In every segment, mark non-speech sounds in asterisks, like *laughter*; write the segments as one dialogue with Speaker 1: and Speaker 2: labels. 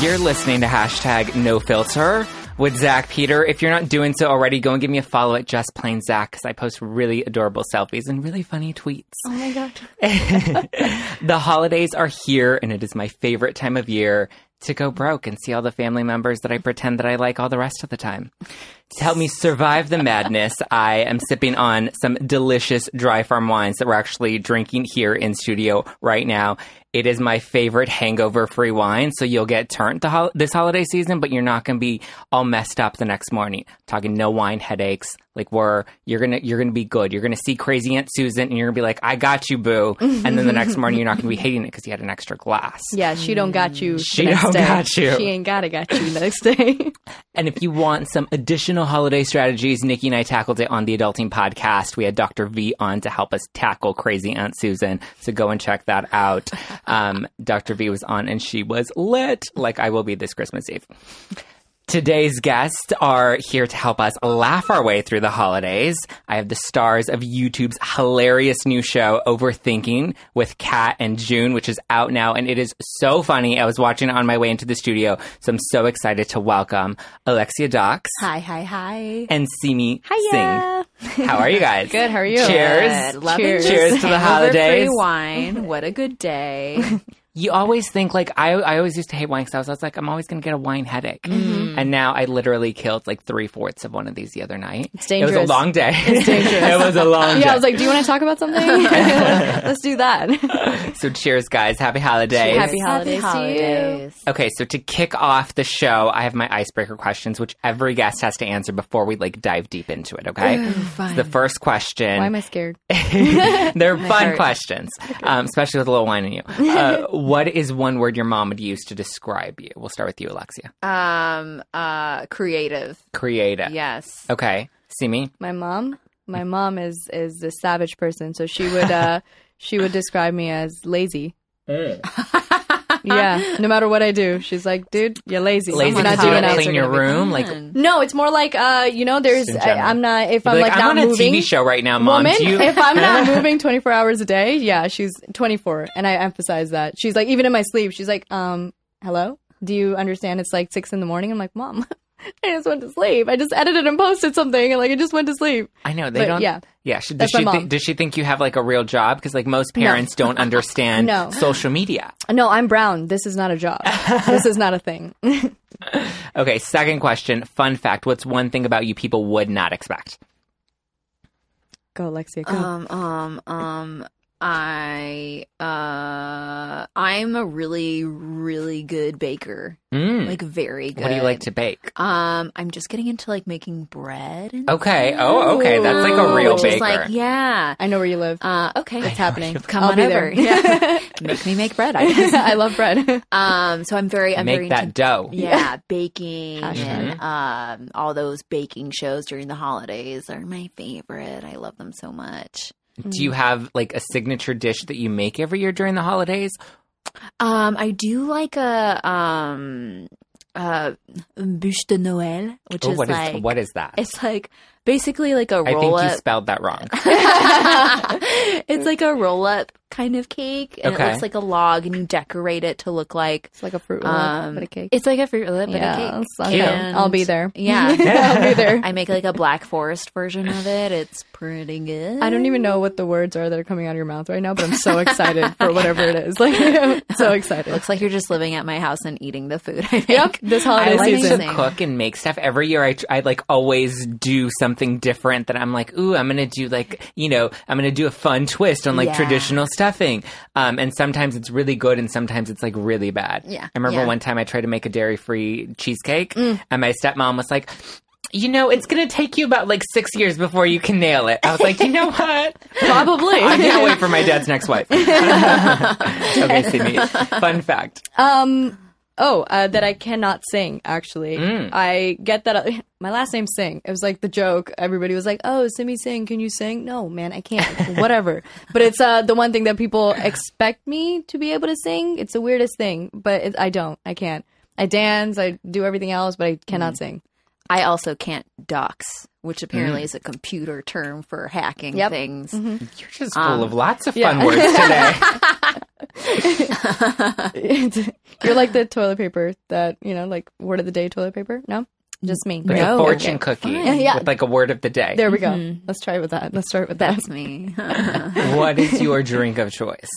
Speaker 1: You're listening to hashtag no filter with Zach Peter. If you're not doing so already, go and give me a follow at Just Plain Zach because I post really adorable selfies and really funny tweets. *laughs*
Speaker 2: Oh my god.
Speaker 1: the holidays are here and it is my favorite time of year to go broke and see all the family members that I pretend that I like all the rest of the time. To help me survive the madness, I am sipping on some delicious dry farm wines that we're actually drinking here in studio right now. It is my favorite hangover free wine, so you'll get turned the hol- this holiday season, but you're not going to be all messed up the next morning. talking no wine headaches, like we're you're gonna you're gonna be good. You're gonna see crazy Aunt Susan, and you're gonna be like, "I got you, boo," and then the next morning you're not gonna be hating it because you had an extra glass.
Speaker 2: Yeah, she don't got you. the
Speaker 1: Mm, She
Speaker 2: next
Speaker 1: don't
Speaker 2: day.
Speaker 1: got you.
Speaker 2: She ain't gotta got you the
Speaker 1: *laughs*
Speaker 2: next day.
Speaker 1: And if you want some additional holiday strategies, Nikki and I tackled it on the Adulting Podcast. We had Dr. V on to help us tackle crazy Aunt Susan. So go and check that out. Um, Dr. V was on and she was lit, like I will be this Christmas Eve. Today's guests are here to help us laugh our way through the holidays. I have the stars of YouTube's hilarious new show, Overthinking, with Kat and June, which is out now, and it is so funny. I was watching it on my way into the studio, so I'm so excited to welcome Alexia Dox
Speaker 2: hi, hi, hi.
Speaker 1: and Simi Singh.
Speaker 2: Hiya.
Speaker 1: How are you guys?
Speaker 2: *laughs* Good, how are you?
Speaker 1: Cheers.
Speaker 3: Good. Love and
Speaker 2: Cheers.
Speaker 3: just
Speaker 1: Cheers to the
Speaker 3: hangover-free
Speaker 1: holidays.
Speaker 3: wine. What a good
Speaker 1: *laughs*
Speaker 3: day.
Speaker 1: You always think like I, I always used to hate wine because I was, I was like, I'm always gonna get a wine headache,
Speaker 2: Mm-hmm.
Speaker 1: and now I literally killed like three fourths of one of these the other night. It's It was a
Speaker 2: dangerous.
Speaker 1: long day. It's
Speaker 2: dangerous.
Speaker 1: *laughs* it was a long day.
Speaker 2: Yeah, I was like, do you want to talk about something?
Speaker 1: *laughs*
Speaker 2: Let's do that. *laughs*
Speaker 1: so cheers, guys. Happy holidays.
Speaker 2: Happy holidays to you.
Speaker 1: okay, so to kick off the show, I have my icebreaker questions, which every guest has to answer before we like dive deep into it. Okay. So the first question.
Speaker 2: Why am
Speaker 1: *laughs*
Speaker 2: I scared?
Speaker 1: They're fun
Speaker 3: heart.
Speaker 1: questions, um, especially with a little wine in
Speaker 2: *laughs*
Speaker 1: you. Uh, what is one word your mom would use to describe you? We'll start with you, Alexia.
Speaker 3: Um, uh, creative.
Speaker 1: Creative.
Speaker 3: Yes.
Speaker 1: Okay. See me.
Speaker 2: My mom. My mom is is a savage person, so she
Speaker 1: *laughs*
Speaker 2: would uh she would describe me as lazy. *laughs* Yeah, no matter what I do, she's like, dude, you're lazy.
Speaker 1: Lazy
Speaker 2: You're
Speaker 1: because
Speaker 2: not
Speaker 1: you
Speaker 2: doing
Speaker 1: don't
Speaker 3: holidays
Speaker 1: clean
Speaker 2: nothing.
Speaker 3: are
Speaker 1: your
Speaker 3: gonna be
Speaker 1: room.
Speaker 3: fun.
Speaker 1: Like,
Speaker 2: No, it's more like uh, you know, there's
Speaker 1: In
Speaker 2: I,
Speaker 1: general.
Speaker 2: I'm not if I'm
Speaker 1: like,
Speaker 2: like,
Speaker 1: I'm on
Speaker 2: not
Speaker 1: a
Speaker 2: moving.
Speaker 1: TV show right now, mom.
Speaker 2: Woman,
Speaker 1: Do you?
Speaker 2: *laughs* if I'm not moving 24 hours a day, yeah, she's 24, and I emphasize that. She's like, even in my sleep, she's like, um, hello, do you understand? It's like six in the morning. I'm like, mom, *laughs* I just went to sleep. I just edited and posted something, and like I just went to sleep.
Speaker 1: *laughs* I know they
Speaker 2: But,
Speaker 1: don't.
Speaker 2: yeah.
Speaker 1: yeah. She, does
Speaker 2: That's
Speaker 1: she
Speaker 2: my
Speaker 1: think,
Speaker 2: mom.
Speaker 1: does she think you have like a real job? Because like most parents
Speaker 2: *laughs*
Speaker 1: don't understand
Speaker 2: No.
Speaker 1: social media.
Speaker 2: No, I'm brown. This is not
Speaker 1: *laughs*
Speaker 2: a job. this is not a thing. *laughs*
Speaker 1: Okay. Second question. Fun fact. What's one thing about you people would not expect?
Speaker 2: Go, Alexia. Go.
Speaker 3: Um, um, um, I, uh, I'm a really, really good baker.
Speaker 1: Mm.
Speaker 3: Like, very good.
Speaker 1: what do you like to bake?
Speaker 3: Um, I'm just getting into like making bread. And
Speaker 1: Okay. Oh, okay. That's like a
Speaker 3: stuff,
Speaker 1: real
Speaker 3: which
Speaker 1: baker.
Speaker 3: Is like, yeah.
Speaker 2: I know where you live.
Speaker 3: Uh, okay.
Speaker 2: It's happening.
Speaker 3: Come
Speaker 2: I'll
Speaker 3: on
Speaker 2: be
Speaker 3: *laughs* over.
Speaker 2: there.
Speaker 3: Yeah. Make me make bread. I
Speaker 1: *laughs*
Speaker 2: *laughs*
Speaker 3: guess.
Speaker 2: I love bread. *laughs*
Speaker 3: Um, so I'm very, I'm very
Speaker 1: Make that
Speaker 3: into
Speaker 1: dough.
Speaker 3: yeah, baking
Speaker 2: Hashtag.
Speaker 3: and
Speaker 1: Mm-hmm.
Speaker 3: um, all those baking shows during the holidays are my favorite. I love them so much.
Speaker 1: Do you have like a signature dish that you make every year during the holidays?
Speaker 3: Um, I do like a um, uh, bûche de Noël, which
Speaker 1: Or Oh,
Speaker 3: is
Speaker 1: what is
Speaker 3: like
Speaker 1: what is that?
Speaker 3: it's like basically like a
Speaker 1: I
Speaker 3: roll
Speaker 1: think you
Speaker 3: up.
Speaker 1: spelled that wrong.
Speaker 3: *laughs*
Speaker 1: *laughs*
Speaker 3: it's like a roll up kind of cake, and
Speaker 1: Okay.
Speaker 3: it looks like a log, and you decorate it to look like
Speaker 2: It's like a fruit roll,
Speaker 3: um,
Speaker 2: but a cake.
Speaker 3: It's like a fruit roll-up, but a cake.
Speaker 2: Yes, I'll,
Speaker 1: Cute.
Speaker 2: go. I'll be there.
Speaker 3: *laughs*
Speaker 2: *laughs*
Speaker 3: Yeah.
Speaker 2: I'll be there.
Speaker 3: I make like a black forest version of it. It's pretty good.
Speaker 2: I don't even know what the words are that are coming out of your mouth right now, but I'm so excited for whatever it is. *laughs* Like, I'm so excited.
Speaker 3: *laughs* Looks like you're just living at my house and eating the food. I
Speaker 2: Yep,
Speaker 3: think.
Speaker 2: this
Speaker 1: I
Speaker 2: holiday
Speaker 1: like
Speaker 2: season.
Speaker 1: to
Speaker 3: amazing.
Speaker 1: cook and make stuff every year. I, tr- I like always do something different that I'm like, ooh, I'm gonna do like you know, I'm gonna do a fun twist on like
Speaker 3: Yeah.
Speaker 1: traditional stuffing. Um, and sometimes it's really good, and sometimes it's like really bad.
Speaker 3: Yeah.
Speaker 1: I remember
Speaker 3: Yeah. Mm.
Speaker 1: one time I tried to make a dairy free cheesecake, and my stepmom was like. You know, it's going to take you about like six years before you can nail it. I was like, you
Speaker 3: *laughs*
Speaker 1: know what?
Speaker 2: Probably.
Speaker 1: I can't wait for my dad's next wife. *laughs* okay, Sydney. Fun fact.
Speaker 3: Uh,
Speaker 2: Um. Oh, uh, that I cannot sing. Actually,
Speaker 1: Mm.
Speaker 2: I get that. uh, My last name's Singh. It was like the joke. Everybody was like, "Oh, Simi Singh, can you sing?" No, man, I
Speaker 3: *laughs*
Speaker 2: can't. Whatever. But it's uh, the one thing that people expect me to be able to sing. It's the weirdest thing, but it, I don't. I can't. I dance. I do everything else, but I
Speaker 3: Mm.
Speaker 2: cannot sing.
Speaker 3: I also can't dox, which
Speaker 1: Mm.
Speaker 3: apparently is a computer term for hacking
Speaker 2: Yep. Mm-hmm.
Speaker 3: things. um,
Speaker 1: You're just full of lots of fun
Speaker 3: *laughs*
Speaker 2: yeah.
Speaker 1: words today.
Speaker 2: *laughs* You're like the toilet paper that you know, like word of the day toilet paper. No, just me. Oh,
Speaker 1: Like
Speaker 3: No.
Speaker 1: a fortune
Speaker 2: Okay.
Speaker 1: cookie
Speaker 3: Fine.
Speaker 2: Yeah.
Speaker 1: with like a word of the day.
Speaker 2: There we go.
Speaker 3: Mhm.
Speaker 2: Let's try with that. Let's start with that.
Speaker 3: That's me. *laughs*
Speaker 1: *laughs* What is your drink of choice?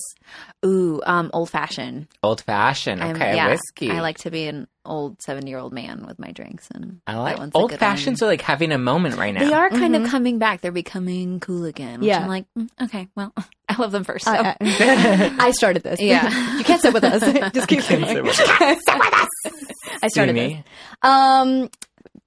Speaker 3: Ooh, um, old fashioned.
Speaker 1: Old fashioned.
Speaker 3: I'm-
Speaker 1: Okay,
Speaker 3: yeah,
Speaker 1: whiskey.
Speaker 3: I like to be an old seventy year old man with my drinks, and
Speaker 1: I like
Speaker 3: that one's a
Speaker 1: old
Speaker 3: good
Speaker 1: fashions are like having a moment right now.
Speaker 3: one. They are kind
Speaker 2: Mhm.
Speaker 3: of coming back. They're becoming cool again. Which
Speaker 2: Yeah.
Speaker 3: I'm like, mm, okay, well, *laughs* I love them first. So.
Speaker 2: I, *laughs* I- I started this.
Speaker 3: Yeah.
Speaker 2: you can't sit with
Speaker 3: *laughs*
Speaker 2: us. Just keep
Speaker 1: You
Speaker 2: going.
Speaker 1: can't sit
Speaker 2: *laughs*
Speaker 1: with *laughs*
Speaker 2: I started this.
Speaker 1: me
Speaker 2: Um,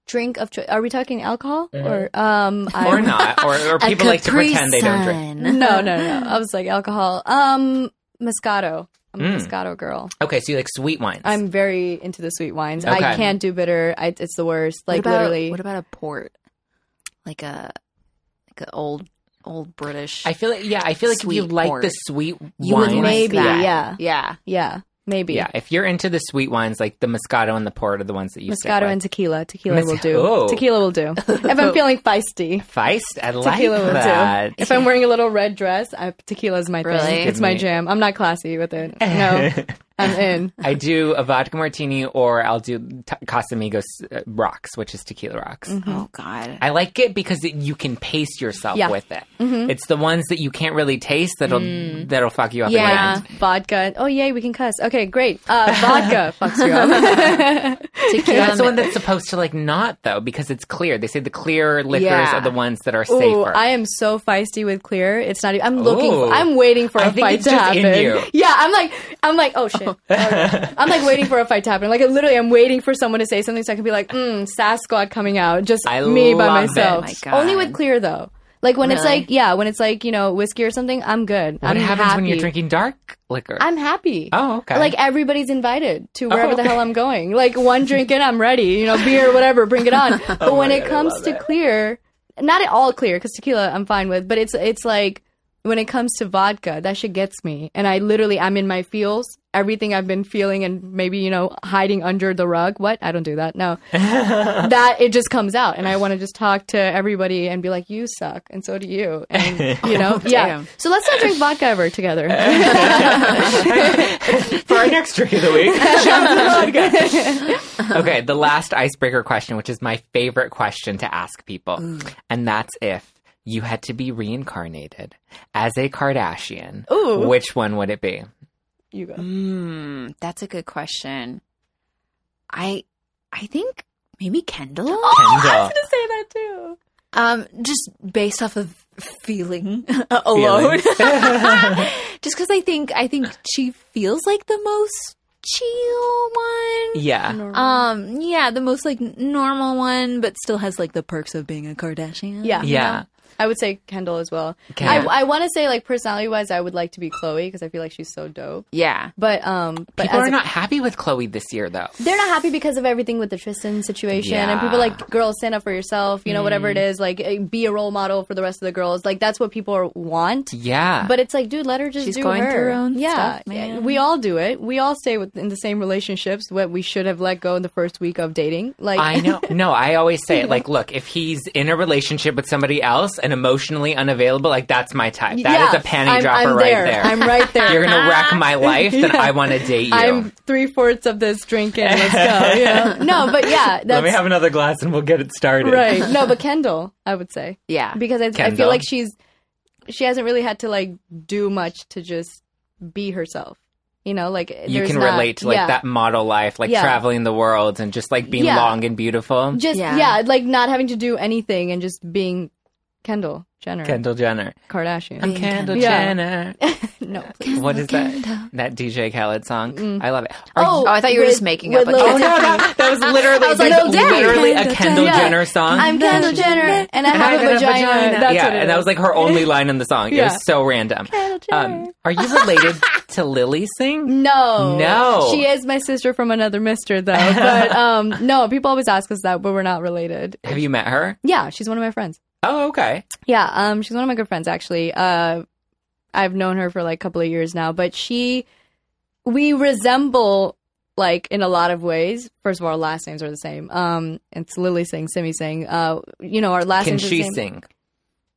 Speaker 2: drink of choice. Are we talking alcohol or um? I-
Speaker 1: Mm-hmm. or not, or,
Speaker 3: *laughs*
Speaker 1: or people like to pretend they don't drink.
Speaker 2: *laughs* No, no, no. I was like alcohol. Um, Moscato. I'm
Speaker 1: Mm.
Speaker 2: a Moscato girl.
Speaker 1: Okay, so you like sweet wines.
Speaker 2: I'm very into the sweet wines.
Speaker 1: Okay.
Speaker 2: I can't do bitter. I, it's the worst. Like
Speaker 3: what about,
Speaker 2: literally.
Speaker 3: What about a port? Like a like an old old British.
Speaker 1: I feel like yeah, I feel like if you
Speaker 3: Sweet
Speaker 1: like
Speaker 3: port.
Speaker 1: the sweet
Speaker 3: You would
Speaker 1: wines,
Speaker 3: like
Speaker 2: maybe.
Speaker 3: that.
Speaker 2: Yeah.
Speaker 3: yeah.
Speaker 2: Yeah. Maybe.
Speaker 1: Yeah, if you're into the sweet wines, like the Moscato and the Port are the ones that you stick
Speaker 2: Moscato
Speaker 1: with.
Speaker 2: and tequila. Tequila
Speaker 1: Mos-
Speaker 2: will do.
Speaker 1: Oh.
Speaker 2: Tequila
Speaker 1: *laughs*
Speaker 2: will do. If I'm feeling feisty,
Speaker 1: Feist, I like
Speaker 2: tequila will
Speaker 1: that.
Speaker 3: *laughs*
Speaker 2: do. If I'm wearing a little red dress, I, tequila's my
Speaker 3: Really?
Speaker 2: thing. It's
Speaker 1: Give
Speaker 2: my
Speaker 1: me-
Speaker 2: jam. I'm not classy
Speaker 1: *laughs*
Speaker 2: with it. No, I'm in.
Speaker 1: I do a vodka martini, or I'll do t- Casamigos uh, rocks, which is tequila rocks.
Speaker 3: Oh God.
Speaker 1: I like it because it, you can pace yourself
Speaker 2: Yeah. Mm-hmm.
Speaker 1: with it. It's the ones that you can't really taste that'll
Speaker 2: Mm.
Speaker 1: that'll fuck you up.
Speaker 2: *laughs*
Speaker 3: Yeah.
Speaker 1: in the end.
Speaker 2: Vodka. Oh yay, we can cuss. Okay, great. Uh,
Speaker 1: *laughs*
Speaker 2: vodka fucks you up. *laughs*
Speaker 3: Tequila.
Speaker 1: That's the one that's supposed to like not though because it's clear. They say the clear liquors
Speaker 3: Yeah.
Speaker 1: are the ones that are
Speaker 2: Ooh,
Speaker 1: safer.
Speaker 2: I am so feisty with clear. It's not. even I'm looking.
Speaker 1: Ooh.
Speaker 2: For, I'm waiting for a
Speaker 1: I think
Speaker 2: fight
Speaker 1: it's
Speaker 2: to
Speaker 1: just
Speaker 2: happen.
Speaker 1: in you.
Speaker 2: Yeah, I'm like, I'm like, oh
Speaker 1: *laughs*
Speaker 2: shit. I'm like waiting for a fight to happen. Like literally, I'm waiting for someone to say something so I can be like, mm, Sasquatch coming out. Just
Speaker 1: I
Speaker 2: me by
Speaker 1: love it.
Speaker 2: myself.
Speaker 3: Oh my God.
Speaker 2: Only with clear though. Like when it's
Speaker 3: Really?
Speaker 2: like, yeah, when it's like you know whiskey or something, I'm good.
Speaker 1: what
Speaker 2: I'm
Speaker 1: happens
Speaker 2: happy.
Speaker 1: when you're drinking dark liquor? *laughs*
Speaker 2: I'm happy.
Speaker 1: oh, okay. Oh,
Speaker 2: Like everybody's invited to wherever the
Speaker 1: okay.
Speaker 2: hell I'm going. Like one drink in, I'm ready. You know, beer, whatever, bring
Speaker 1: *laughs*
Speaker 2: it on. But
Speaker 1: Oh, my
Speaker 2: when it
Speaker 1: God, I
Speaker 2: comes
Speaker 1: love
Speaker 2: to
Speaker 1: it.
Speaker 2: clear, not at all clear because tequila I'm fine with, but it's it's like when it comes to vodka, that shit gets me, and I literally I'm in my feels. Everything I've been feeling and maybe you know hiding under the rug. What? I don't do
Speaker 1: *laughs*
Speaker 2: that. No, that it just comes out, and I want to just talk to everybody and be like, "You suck," and so do you,
Speaker 1: *laughs*
Speaker 2: and you know, yeah.
Speaker 3: Damn.
Speaker 2: So let's not drink vodka ever together.
Speaker 1: for our next drink of the week. *laughs* okay, the last icebreaker question, which is my favorite question to ask people, and that's if you had to be reincarnated as a Kardashian,
Speaker 2: Ooh.
Speaker 1: which one would it
Speaker 2: *laughs*
Speaker 1: be?
Speaker 2: you go.
Speaker 3: Mm, that's a good question. I I think maybe Kendall.
Speaker 2: I
Speaker 1: Kendall.
Speaker 2: was gonna say that too.
Speaker 3: Um, just based off of feeling *laughs* alone.
Speaker 1: *laughs*
Speaker 3: *laughs* just because I think I think she feels like the most chill one.
Speaker 1: Yeah.
Speaker 3: Um, yeah, the most like n- normal one, but still has like the perks of being a Kardashian.
Speaker 2: Yeah.
Speaker 1: Yeah.
Speaker 2: I would say Kendall as well.
Speaker 1: Kendall.
Speaker 2: I, I want to say like personality wise, I would like to be Chloe because I feel like she's so dope.
Speaker 3: yeah.
Speaker 2: But um, but
Speaker 1: People
Speaker 2: as
Speaker 1: are
Speaker 2: a-
Speaker 1: not happy with Chloe this year, though.
Speaker 2: they're not happy because of everything with the Tristan situation,
Speaker 1: Yeah.
Speaker 2: and people are like girls stand up for yourself, you know, whatever it is, like eh, be a role model for the rest of the girls. Like that's what people are, want.
Speaker 1: Yeah.
Speaker 2: But it's like, dude, let her just
Speaker 3: She's
Speaker 2: do
Speaker 3: going
Speaker 2: her.
Speaker 3: through her own
Speaker 2: yeah,
Speaker 3: stuff, man.
Speaker 2: we all do it. We all stay with, in the same relationships. What we should have let go in the first week of dating. Like
Speaker 1: I
Speaker 2: *laughs*
Speaker 1: know. No, I always say it like, look, if he's in a relationship with somebody else and emotionally unavailable, like that's my type. That is
Speaker 2: Yeah,
Speaker 1: a panty
Speaker 2: I'm-
Speaker 1: dropper
Speaker 2: I'm
Speaker 1: right
Speaker 2: there.
Speaker 1: there.
Speaker 2: I'm right there.
Speaker 1: You're gonna wreck my life, then
Speaker 2: *laughs*
Speaker 1: I want to date you.
Speaker 2: I'm three fourths of this drinking. Let's go. Yeah.
Speaker 1: *laughs*
Speaker 2: No, but yeah,
Speaker 1: Let me
Speaker 2: that's
Speaker 1: have another glass and we'll get it started.
Speaker 2: right. No, but Kendall, I would say
Speaker 3: Yeah.
Speaker 2: because I, I
Speaker 1: Kendall.
Speaker 2: feel like she's she hasn't really had to like do much to just be herself. You know, like
Speaker 1: *laughs* You
Speaker 2: there's
Speaker 1: can
Speaker 2: not-
Speaker 1: relate to like
Speaker 2: yeah.
Speaker 1: that model life, like
Speaker 2: Yeah.
Speaker 1: traveling the world and just like being
Speaker 2: Yeah.
Speaker 1: long and beautiful.
Speaker 2: Just
Speaker 3: Yeah.
Speaker 2: yeah. like not having to do anything and just being Kendall Jenner,
Speaker 1: Kendall Jenner.
Speaker 2: Kardashian.
Speaker 1: I'm Kendall
Speaker 2: Yeah.
Speaker 1: Jenner.
Speaker 2: *laughs*
Speaker 3: *laughs*
Speaker 2: no,
Speaker 1: What is that? That DJ Khaled song.
Speaker 2: Mm.
Speaker 1: I love it.
Speaker 3: Oh, I thought you were just making up a
Speaker 2: Lil
Speaker 3: Kendall.
Speaker 1: Oh, no,
Speaker 2: Dicky.
Speaker 1: that, that was literally,
Speaker 2: I was like,
Speaker 1: that's
Speaker 2: Lil Dicky.
Speaker 1: literally a
Speaker 2: Kendall
Speaker 1: Kendall
Speaker 2: Jenner.
Speaker 1: Jenner song.
Speaker 2: I'm Kendall Jenner, and I have a vagina. That's
Speaker 1: yeah,
Speaker 2: what it
Speaker 1: and that was
Speaker 2: is.
Speaker 1: like her only line in the song. It
Speaker 2: Yeah.
Speaker 1: was so random.
Speaker 2: Kendall Jenner.
Speaker 1: Um, are you related *laughs* to Lily Singh?
Speaker 2: No.
Speaker 1: No.
Speaker 2: She is my sister from another
Speaker 1: *laughs*
Speaker 2: mister though. But um no, people always ask us that, but we're not related.
Speaker 1: Have you met her?
Speaker 2: Yeah, she's one of my friends.
Speaker 1: Oh, okay.
Speaker 2: Yeah, um she's one of my good friends actually. Uh I've known her for like a couple of years now, but she we resemble like in a lot of ways. First of all, our last names are the same. Um it's Lily Singh, Simi Singh. Uh you know, our last
Speaker 1: Can
Speaker 2: names are
Speaker 1: she
Speaker 2: the same.
Speaker 1: sing? uh,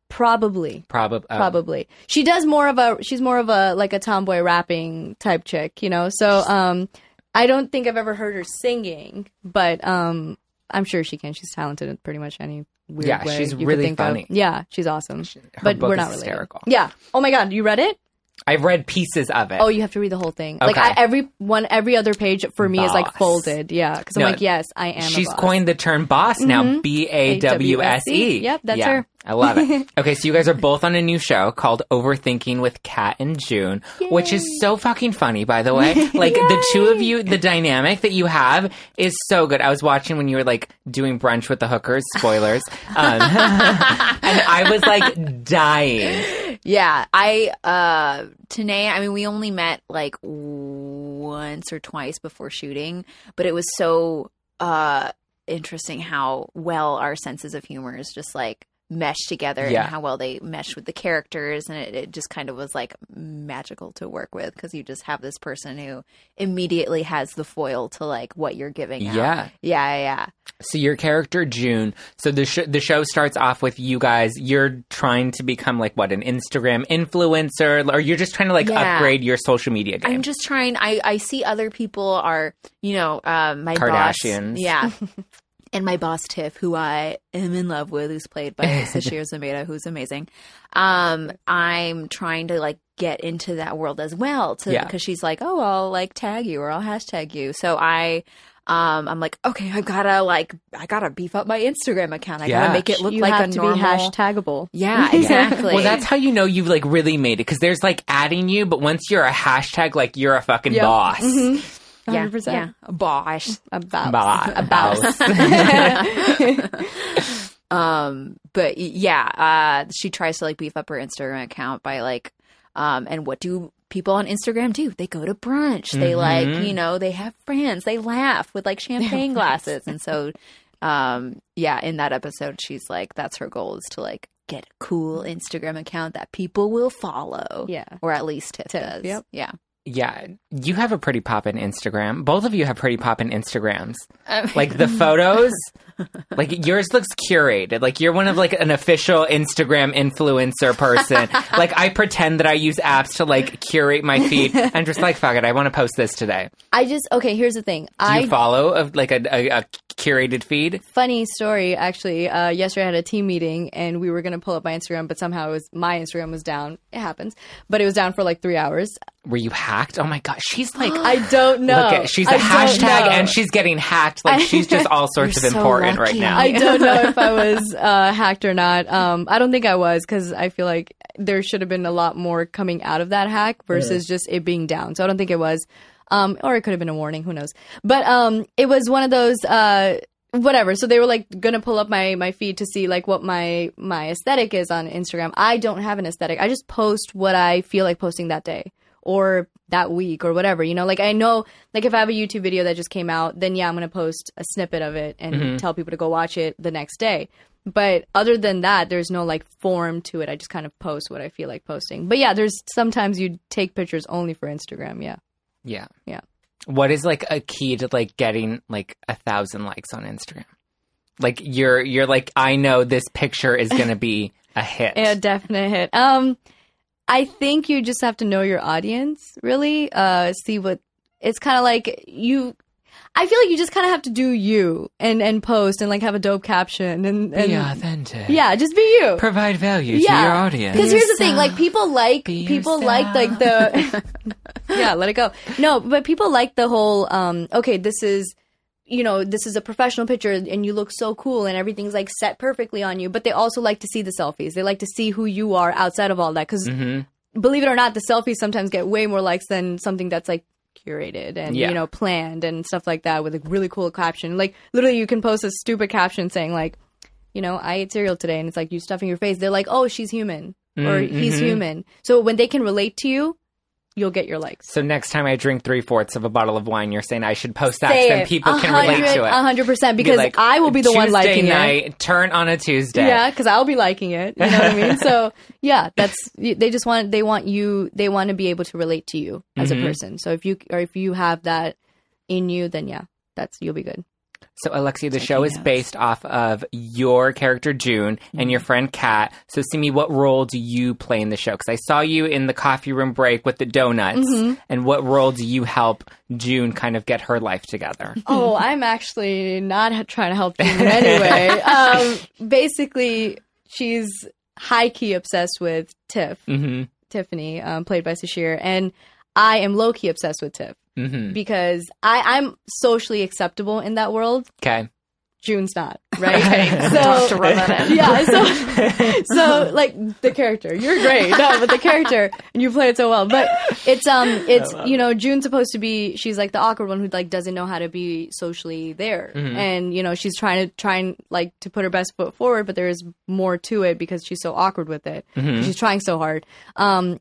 Speaker 2: Probably.
Speaker 1: Probably.
Speaker 2: Probably. She does more of a she's more of a like a tomboy rapping type chick, you know. So um I don't think I've ever heard her singing, but um I'm sure she can. She's talented in pretty much any weird
Speaker 1: Yeah,
Speaker 2: way
Speaker 1: she's
Speaker 2: you could
Speaker 1: really
Speaker 2: think of.
Speaker 1: funny.
Speaker 2: Yeah, she's awesome.
Speaker 1: her
Speaker 2: but
Speaker 1: book
Speaker 2: we're
Speaker 1: is
Speaker 2: not related.
Speaker 1: hysterical.
Speaker 2: Yeah. Oh my god, you read it?
Speaker 1: I've read pieces of it.
Speaker 2: Oh, you have to read the whole thing. Like
Speaker 1: Okay.
Speaker 2: I, every one, every other page for me is like
Speaker 1: Boss.
Speaker 2: folded. Yeah, because I'm
Speaker 1: No,
Speaker 2: like, yes, I am. a
Speaker 1: She's
Speaker 2: boss.
Speaker 1: coined the term boss now. B A W S E.
Speaker 2: Yep, that's
Speaker 1: Yeah,
Speaker 2: her.
Speaker 1: I love *laughs* it. Okay, so you guys are both on a new show called Overthinking with Kat and June, which is so fucking funny, by the *laughs* way. Like the two of you, the dynamic that you have is so good. I was watching when you were like doing brunch with the hookers. Spoilers. Um, *laughs* and I was like dying.
Speaker 3: Yeah, I uh Tanae, I mean we only met like once or twice before shooting, but it was so uh interesting how well our senses of humor is just like meshed together
Speaker 1: Yeah.
Speaker 3: and how well they mesh with the characters and it, it just kind of was like magical to work with because you just have this person who immediately has the foil to like what you're giving
Speaker 1: *laughs*
Speaker 3: out.
Speaker 1: Yeah.
Speaker 3: yeah yeah
Speaker 1: So your character June. So the sh- the show starts off with you guys. You're trying to become like what an Instagram influencer, or you're just trying to like
Speaker 3: Yeah.
Speaker 1: upgrade your social media game.
Speaker 3: I'm just trying. I I see other people are you know uh, my
Speaker 1: Kardashians.
Speaker 3: Boss, yeah. And my boss Tiff, who I am in love with, who's played by Sashir Zameda, who's amazing. Um, I'm trying to like get into that world as well, to
Speaker 1: Yeah.
Speaker 3: because she's like, oh, I'll like tag you or I'll hashtag you. So I, um, I'm like, okay, I gotta like, I gotta beef up my Instagram account. I
Speaker 1: Yeah.
Speaker 3: gotta make it look
Speaker 2: you
Speaker 3: like
Speaker 2: have
Speaker 3: a
Speaker 2: to
Speaker 3: normal.
Speaker 2: be hashtagable.
Speaker 3: yeah, exactly.
Speaker 1: Well, that's how you know you've like really made it because there's like adding you, but once you're a hashtag, like you're a fucking
Speaker 2: Yep.
Speaker 1: boss.
Speaker 2: Mhm.
Speaker 3: yeah,
Speaker 2: 100%.
Speaker 3: yeah. Bosh.
Speaker 2: About.
Speaker 1: Boss.
Speaker 3: *laughs* um but y- yeah uh she tries to like beef up her instagram account by like um and what do people on instagram do they go to brunch they like
Speaker 1: Mhm.
Speaker 3: you know they have friends they laugh with like champagne glasses and so um yeah in that episode she's like that's her goal is to like get a cool instagram account that people will follow
Speaker 2: yeah.
Speaker 3: or at least Tiff,
Speaker 2: Tiff,
Speaker 3: does
Speaker 2: yep. *laughs*
Speaker 3: yeah
Speaker 1: *laughs* yeah, you have a pretty poppin' Instagram. Both of you have pretty poppin' Instagrams. Like the photos, like yours looks curated. Like you're one of like an official Instagram influencer
Speaker 2: *laughs*
Speaker 1: person. like I pretend that I use apps to like curate my feed. I'm just like fuck it, I want to post this today.
Speaker 2: I just okay. Here's the thing.
Speaker 1: Do you
Speaker 2: I
Speaker 1: follow of like a, a, a curated feed?
Speaker 2: funny story actually. Uh, yesterday I had a team meeting and we were gonna pull up my Instagram, but somehow it was my Instagram was down. It happens, but it was down for like three hours.
Speaker 1: Were you hacked? Oh my god, she's
Speaker 2: *gasps*
Speaker 1: like
Speaker 2: I don't know.
Speaker 1: Look at she's a
Speaker 2: I don't
Speaker 1: hashtag
Speaker 2: know.
Speaker 1: and she's getting hacked. Like she's just
Speaker 2: *laughs*
Speaker 1: all sorts of
Speaker 3: You're so
Speaker 1: important right
Speaker 3: lucky.
Speaker 1: now.
Speaker 2: I don't know if I was *laughs* uh, hacked or not. Um, I don't think I was because I feel like there should have been a lot more coming out of that hack versus just it being down. So I don't think it was, um, or it could have been a warning. Who knows? But um, it was one of those. Uh, Whatever. So they were like gonna pull up my my feed to see like what my my aesthetic is on Instagram. I don't have an aesthetic. I just post what I feel like posting that day or that week or whatever you know like i know like if i have a youtube video that just came out then yeah i'm gonna post a snippet of it and tell people to go watch it the next day but other than that there's no like form to it i just kind of post what i feel like posting but yeah there's sometimes you take pictures only for instagram yeah
Speaker 1: yeah.
Speaker 2: Yeah.
Speaker 1: What is like a key to like getting like a thousand likes on Instagram? Like you're you're like, I know this picture is gonna be a hit.
Speaker 2: a definite hit *laughs* um i think you just have to know your audience really uh see what it's kind of like you I feel like you just kind of have to do you and and post and like have a dope caption and, and
Speaker 1: be authentic.
Speaker 2: Yeah, just be you.
Speaker 1: Provide value to
Speaker 2: Yeah.
Speaker 1: your audience.
Speaker 2: Because here's the thing,
Speaker 3: yourself.
Speaker 2: like people like
Speaker 1: Be
Speaker 2: people
Speaker 1: yourself.
Speaker 2: like
Speaker 1: *laughs*
Speaker 2: like the Yeah, let it go. No, but people like the whole um okay, this is you know, this is a professional picture and you look so cool and everything's like set perfectly on you, but they also like to see the selfies. They like to see who you are outside of all that cuz
Speaker 1: Mhm.
Speaker 2: believe it or not, the selfies sometimes get way more likes than something that's like curated and
Speaker 1: Yeah.
Speaker 2: you know planned and stuff like that with a really cool caption. Like literally, you can post a stupid caption saying like, you know, I ate cereal today, and it's like you stuffing your face. They're like, oh, she's human or
Speaker 1: Mm,
Speaker 2: he's
Speaker 1: mhm.
Speaker 2: human. So when they can relate to you, you'll get your likes.
Speaker 1: So next time I drink three fourths of a bottle of wine, you're saying I should post that
Speaker 2: Say
Speaker 1: so then
Speaker 2: it.
Speaker 1: people can
Speaker 2: A
Speaker 1: relate
Speaker 2: hundred-
Speaker 1: to it.
Speaker 2: a hundred percent because
Speaker 1: like,
Speaker 2: I will be the one
Speaker 1: Tuesday
Speaker 2: liking it.
Speaker 1: night, Turn on a Tuesday.
Speaker 2: Yeah, because I'll be liking it. You know what I mean? So yeah, that's they just want they want you they want to be able to relate to you as
Speaker 1: Mhm.
Speaker 2: a person. So if you or if you have that in you, then yeah, that's you'll be good.
Speaker 1: So, Alexia, the
Speaker 3: Taking
Speaker 1: show is
Speaker 3: notes.
Speaker 1: based off of your character June and your friend Kat. So, Simi, what role do you play in the show? Because I saw you in the coffee room break with the donuts. And what role do you help June kind of get her life together?
Speaker 2: *laughs* oh, I'm actually not h- trying to help you in any way. Um, basically, she's high key obsessed with Tiff,
Speaker 1: hmm
Speaker 2: Tiffany, um, played by Sashir, and I am low key obsessed with Tiff
Speaker 1: hmm
Speaker 2: because I, I'm socially acceptable in that world.
Speaker 1: Okay.
Speaker 2: June's not,
Speaker 1: *laughs*
Speaker 3: Okay.
Speaker 2: right? so
Speaker 3: Talk to *laughs* Rob about it.
Speaker 2: yeah, so so like the character, you're great, no, but the character and you play it so well. But it's um, it's you know, June's supposed to be she's like the awkward one who like doesn't know how to be socially there, and you know she's trying to trying like to put her best foot forward, but there is more to it because she's so awkward with it.
Speaker 1: Mhm.
Speaker 2: She's trying so hard. Um,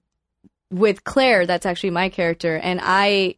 Speaker 2: with Claire, that's actually my character, and I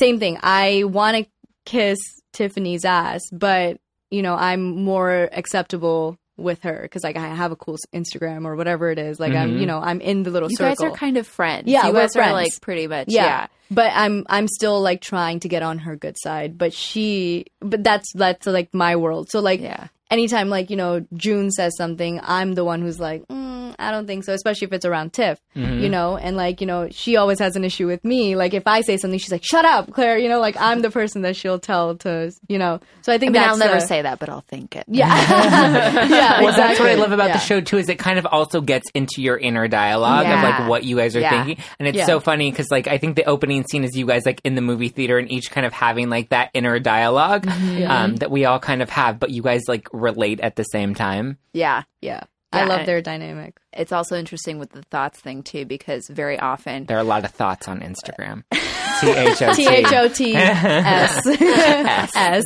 Speaker 2: same thing. I want to kiss Tiffany's ass, but you know, I'm more acceptable with her because like I have a cool s- Instagram or whatever it is. Like I'm,
Speaker 1: Mhm.
Speaker 2: you know, I'm in the little
Speaker 3: You
Speaker 2: circle.
Speaker 3: guys are kind of friends.
Speaker 2: Yeah,
Speaker 3: you
Speaker 2: we're
Speaker 3: guys are
Speaker 2: friends.
Speaker 3: like pretty much.
Speaker 2: yeah.
Speaker 3: yeah.
Speaker 2: but I'm I'm still like trying to get on her good side. But she, but that's that's like my world. So like
Speaker 3: Yeah.
Speaker 2: anytime like you know June says something, I'm the one who's like, mm, I don't think so. Especially if it's around Tiff,
Speaker 1: Mm-hmm.
Speaker 2: you know, and like you know she always has an issue with me. Like if I say something, she's like, shut up, Claire. You know, like I'm the person that she'll tell to. You know, so I
Speaker 3: I
Speaker 2: think
Speaker 3: mean,
Speaker 2: that's
Speaker 3: I'll never
Speaker 2: the-
Speaker 3: say that, but I'll think it. *laughs*
Speaker 2: Yeah. *laughs* yeah,
Speaker 1: Well, that's what I
Speaker 2: exactly.
Speaker 1: love about
Speaker 2: Yeah.
Speaker 1: the show too. Is it kind of also gets into your inner dialogue of
Speaker 3: Yeah.
Speaker 1: like what you guys are
Speaker 3: Yeah.
Speaker 1: thinking, and it's
Speaker 2: Yeah.
Speaker 1: so funny because like I think the opening scene is you guys like in the movie theater and each kind of having like that inner dialog
Speaker 3: Mm-hmm.
Speaker 1: um, that we all kind of have, but you guys like relate at the same time.
Speaker 3: Yeah.
Speaker 2: Yeah.
Speaker 3: Yeah,
Speaker 2: I
Speaker 3: I-
Speaker 2: love their dynamic.
Speaker 3: It's also interesting with the thoughts thing too, because very *laughs* often
Speaker 1: There are a lot of thoughts on Instagram.
Speaker 3: *laughs*
Speaker 1: T H O
Speaker 2: T H O T
Speaker 1: *laughs*
Speaker 2: S *laughs* S.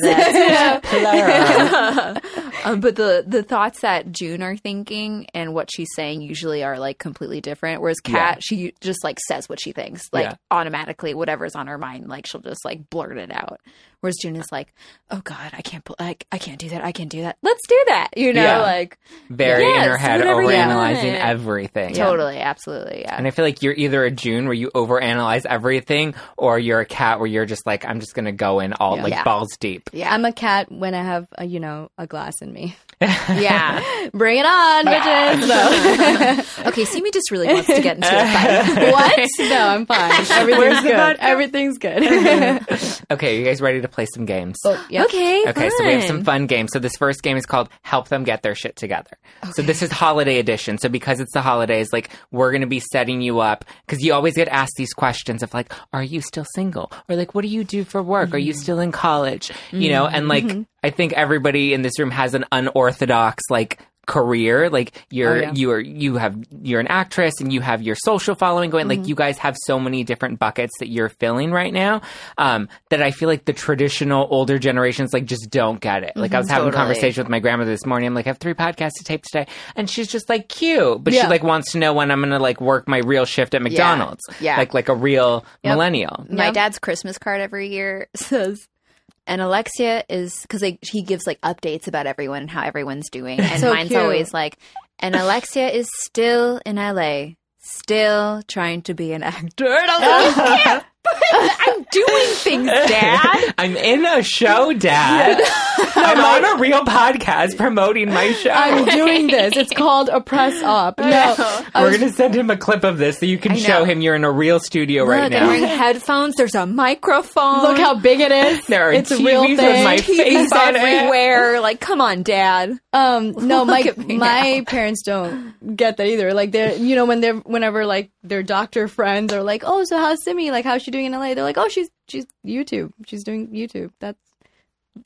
Speaker 3: *laughs* um, but the the thoughts that June are thinking and what she's saying usually are like completely different. Whereas Kat, she just like says what she thinks, like
Speaker 1: Yeah.
Speaker 3: automatically, whatever's on her mind, like she'll just like blurt it out. Whereas June is like, "Oh God, I can't, bel- I, I can't do that. I can't do that. Let's do that." You know,
Speaker 1: Yeah.
Speaker 3: like
Speaker 1: Very
Speaker 3: Yes,
Speaker 1: in her head,
Speaker 3: whatever you
Speaker 1: overanalyzing
Speaker 3: want.
Speaker 1: everything.
Speaker 3: totally, absolutely, yeah.
Speaker 1: And I feel like you're either a June where you overanalyze everything, or you're a cat where you're just like, I'm just gonna go in all like
Speaker 3: Yeah.
Speaker 1: balls deep.
Speaker 3: yeah,
Speaker 2: I'm a cat when I have a, you know a glass in me. *laughs*
Speaker 3: yeah. *laughs*
Speaker 2: Bring it on, *laughs* bitches!
Speaker 3: okay, Simi just really wants to get into a fight. *laughs*
Speaker 2: No. what? No, I'm *laughs* fine. Everything's good. Everything's *laughs* good.
Speaker 1: Okay, you guys ready to play some games?
Speaker 2: Well, yeah.
Speaker 3: Okay,
Speaker 1: Okay, so we have
Speaker 3: fine.
Speaker 1: some fun games. So this first game is called Help Them Get Their Shit Together. So this is holiday edition. So because it's the holidays, like we're going to be setting you up because you always get asked these questions of like, are you still single? Or like, what do you do for work? Are you still in college? You know, and like, I think everybody in this room has an unorthodox, like, career like you're
Speaker 3: Oh,
Speaker 2: yeah.
Speaker 1: you're you have you're an actress and you have your social following going
Speaker 3: Mm-hmm.
Speaker 1: like you guys have so many different buckets that you're filling right now um that i feel like the traditional older generations like just don't get it like i was having a
Speaker 3: Mm-hmm. Totally.
Speaker 1: conversation with my grandmother this morning i'm like i have three podcasts to tape today and she's just like cute but she
Speaker 2: Yeah.
Speaker 1: like wants to know when i'm gonna like work my real shift at mcdonald's
Speaker 3: Yeah.
Speaker 1: like like a real millennial
Speaker 3: My
Speaker 2: Yep.
Speaker 3: dad's Christmas card every year *laughs* says, and Alexia is because he gives like updates about everyone and how everyone's doing, and
Speaker 2: So
Speaker 3: mine's
Speaker 2: cute.
Speaker 3: always like, and Alexia is still in LA, still trying to be an actor. And I'm like, "You *laughs* can't- I'm doing things, *laughs* Dad.
Speaker 1: *laughs* i'm in a show
Speaker 3: *laughs*
Speaker 1: dad i'm on a real podcast promoting my show
Speaker 2: I'm doing this. It's called a press op. *laughs* No,
Speaker 1: We're gonna send him a clip of this so you can show
Speaker 3: know.
Speaker 1: him you're in a real studio right
Speaker 3: Look, I'm wearing
Speaker 1: now.
Speaker 3: headphones. There's a microphone.
Speaker 2: look how big it is.
Speaker 1: There are
Speaker 2: it's a
Speaker 1: TVs
Speaker 2: real
Speaker 1: with
Speaker 2: thing.
Speaker 1: my face
Speaker 3: TV's
Speaker 1: on it.
Speaker 3: everywhere. Like, come on, Dad. *laughs*
Speaker 2: Um, no,
Speaker 3: Look
Speaker 2: my
Speaker 3: at me
Speaker 2: my parents don't get that either. Like they're you know when they're whenever like their doctor friends are like, oh, so how's Simi? Like how's she doing in LA? They're like, oh, she's she's YouTube. She's doing YouTube. That's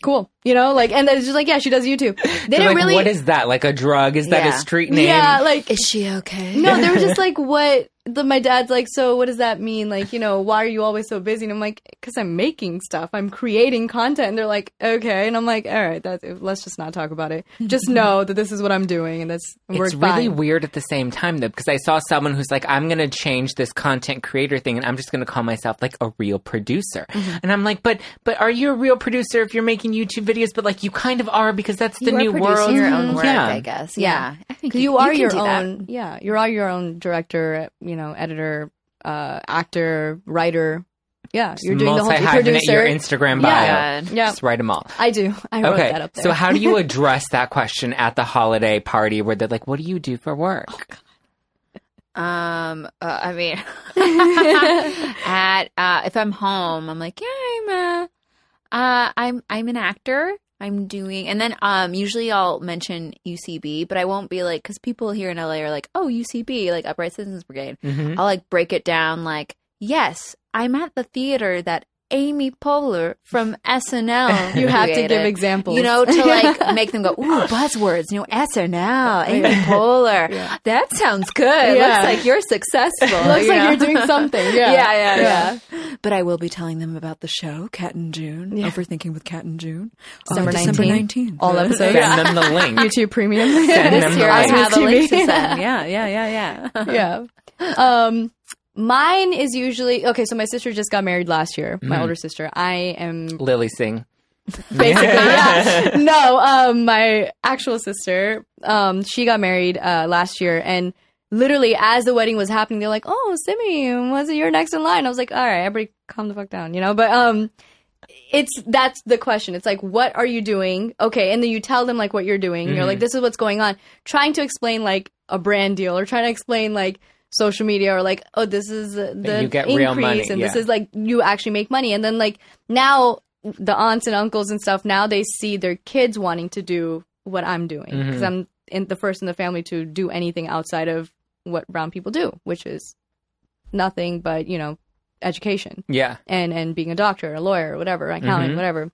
Speaker 2: cool. You know, like and it's just like yeah, she does YouTube. They
Speaker 1: They're
Speaker 2: didn't
Speaker 1: like,
Speaker 2: really
Speaker 1: what is that? Like a drug? Is that
Speaker 3: Yeah.
Speaker 1: a street name?
Speaker 2: yeah like
Speaker 3: Is she okay?
Speaker 2: no, they were just like what. The, my dad's like, so what does that mean? Like, you know, why are you always so busy? And I'm like, because I'm making stuff, I'm creating content. And they're like, okay. And I'm like, all right, that's, let's just not talk about it. Just know that this is what I'm doing, and that's and
Speaker 1: It's
Speaker 2: we're
Speaker 1: really
Speaker 2: fine.
Speaker 1: weird at the same time though, because I saw someone who's like, I'm gonna change this content creator thing and I'm just gonna call myself like a real producer. And I'm like, but but are you a real producer if you're making YouTube videes? But like you kind of are because that's the
Speaker 3: You are
Speaker 1: new
Speaker 3: producing
Speaker 1: world.
Speaker 3: Your own work,
Speaker 1: Yeah.
Speaker 3: I guess. Yeah,
Speaker 2: Yeah.
Speaker 3: I think
Speaker 2: 'Cause you are
Speaker 3: can
Speaker 2: your
Speaker 3: do that.
Speaker 2: own yeah you are your own director you know editor uh actor writer Yeah, you're doing the whole
Speaker 1: multi-hyphenate
Speaker 2: producer.
Speaker 1: your Instagram bio.
Speaker 2: Yeah.
Speaker 3: God.
Speaker 2: yeah,
Speaker 1: Just write them all.
Speaker 2: I do. I wrote that
Speaker 1: Okay,
Speaker 2: up there.
Speaker 1: so how do
Speaker 2: *laughs*
Speaker 1: you address that question at the holiday party where they're like, "What do you do for work?"
Speaker 3: Um, uh, I mean, *laughs* at uh, if I'm home, I'm like, yeah, I'm uh, uh, I'm I'm an actor. I'm doing, and then um, usually I'll mention UCB, but I won't be like because people here in LA are like, oh, UCB, like Upright Citizens Brigade.
Speaker 2: Mm-hmm.
Speaker 1: Mhm.
Speaker 3: I'll like break it down, like, yes, I'm at the theater that Amy Poehler from
Speaker 2: *laughs*
Speaker 3: SNL.
Speaker 2: you have to give
Speaker 3: created."
Speaker 2: examples.
Speaker 3: You
Speaker 2: *laughs*
Speaker 3: know, to like make them go, ooh, buzzwords, you know, SNL, Amy Poehler.
Speaker 2: *laughs* Yeah.
Speaker 3: That sounds good.
Speaker 2: Yeah.
Speaker 3: Looks like you're successful.
Speaker 2: looks like
Speaker 3: you know?
Speaker 2: you're doing something. Yeah,
Speaker 3: *laughs* Yeah. yeah, yeah, But I will be telling them about the show, Cat and June,
Speaker 2: Yeah.
Speaker 3: Overthinking with Cat and June.
Speaker 2: December
Speaker 3: on December
Speaker 2: 19th.
Speaker 3: 19th.
Speaker 2: All episodes.
Speaker 1: Send them
Speaker 2: *laughs*
Speaker 1: the *laughs* link.
Speaker 2: YouTube Premium.
Speaker 1: Send them
Speaker 3: This year I
Speaker 1: Right.
Speaker 3: have a
Speaker 2: TV.
Speaker 3: link to *laughs*
Speaker 1: *laughs*
Speaker 3: send. Yeah, yeah, yeah, yeah.
Speaker 2: yeah. Um, mine is usually okay. So my sister just got married last year. My
Speaker 1: Mm.
Speaker 2: older sister. I am
Speaker 1: Lily Singh.
Speaker 2: basically.
Speaker 1: *laughs*
Speaker 2: yeah. No, um, my actual sister, um, she got married uh, last year, and literally as the wedding was happening, they're like, "Oh, Simi, was it your next in line?" I was like, "All right, everybody, calm the fuck down," you know. But um, it's that's the question. It's like, what are you doing? Okay, and then you tell them like what you're doing. You're
Speaker 1: Mm-hmm.
Speaker 2: like, this is what's going on. Trying to explain like a brand deal, or trying to explain like social media, or like, oh, this is uh, the
Speaker 1: you get
Speaker 2: increase,
Speaker 1: real money,
Speaker 2: and this
Speaker 1: yeah.
Speaker 2: is like you actually make money. And then like now, the aunts and uncles and stuff now they see their kids wanting to do what I'm doing because
Speaker 1: Mhm.
Speaker 2: I'm in the first in the family to do anything outside of what brown people do, which is nothing but you know education
Speaker 1: Yeah.
Speaker 2: and and being a doctor, a lawyer, whatever, an accountant,
Speaker 1: Mhm.
Speaker 2: whatever.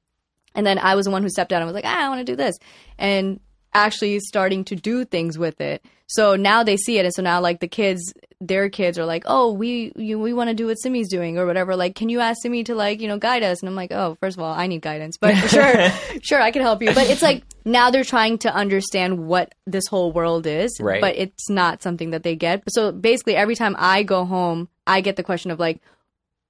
Speaker 2: And then I was the one who stepped out and was like, ah, I want to do this, and actually starting to do things with it. So now they see it, and so now like the kids, their kids are like, oh, we you, we want to do what Simi's doing or whatever. Like, can you ask Simi to like you know guide us? And I'm like, oh, first of all, I need guidance, but sure, sure, I can help you. But it's like now they're trying to understand what this whole world is,
Speaker 1: Right.
Speaker 2: but it's not something that they get. So basically, every time I go home, I get the question of like,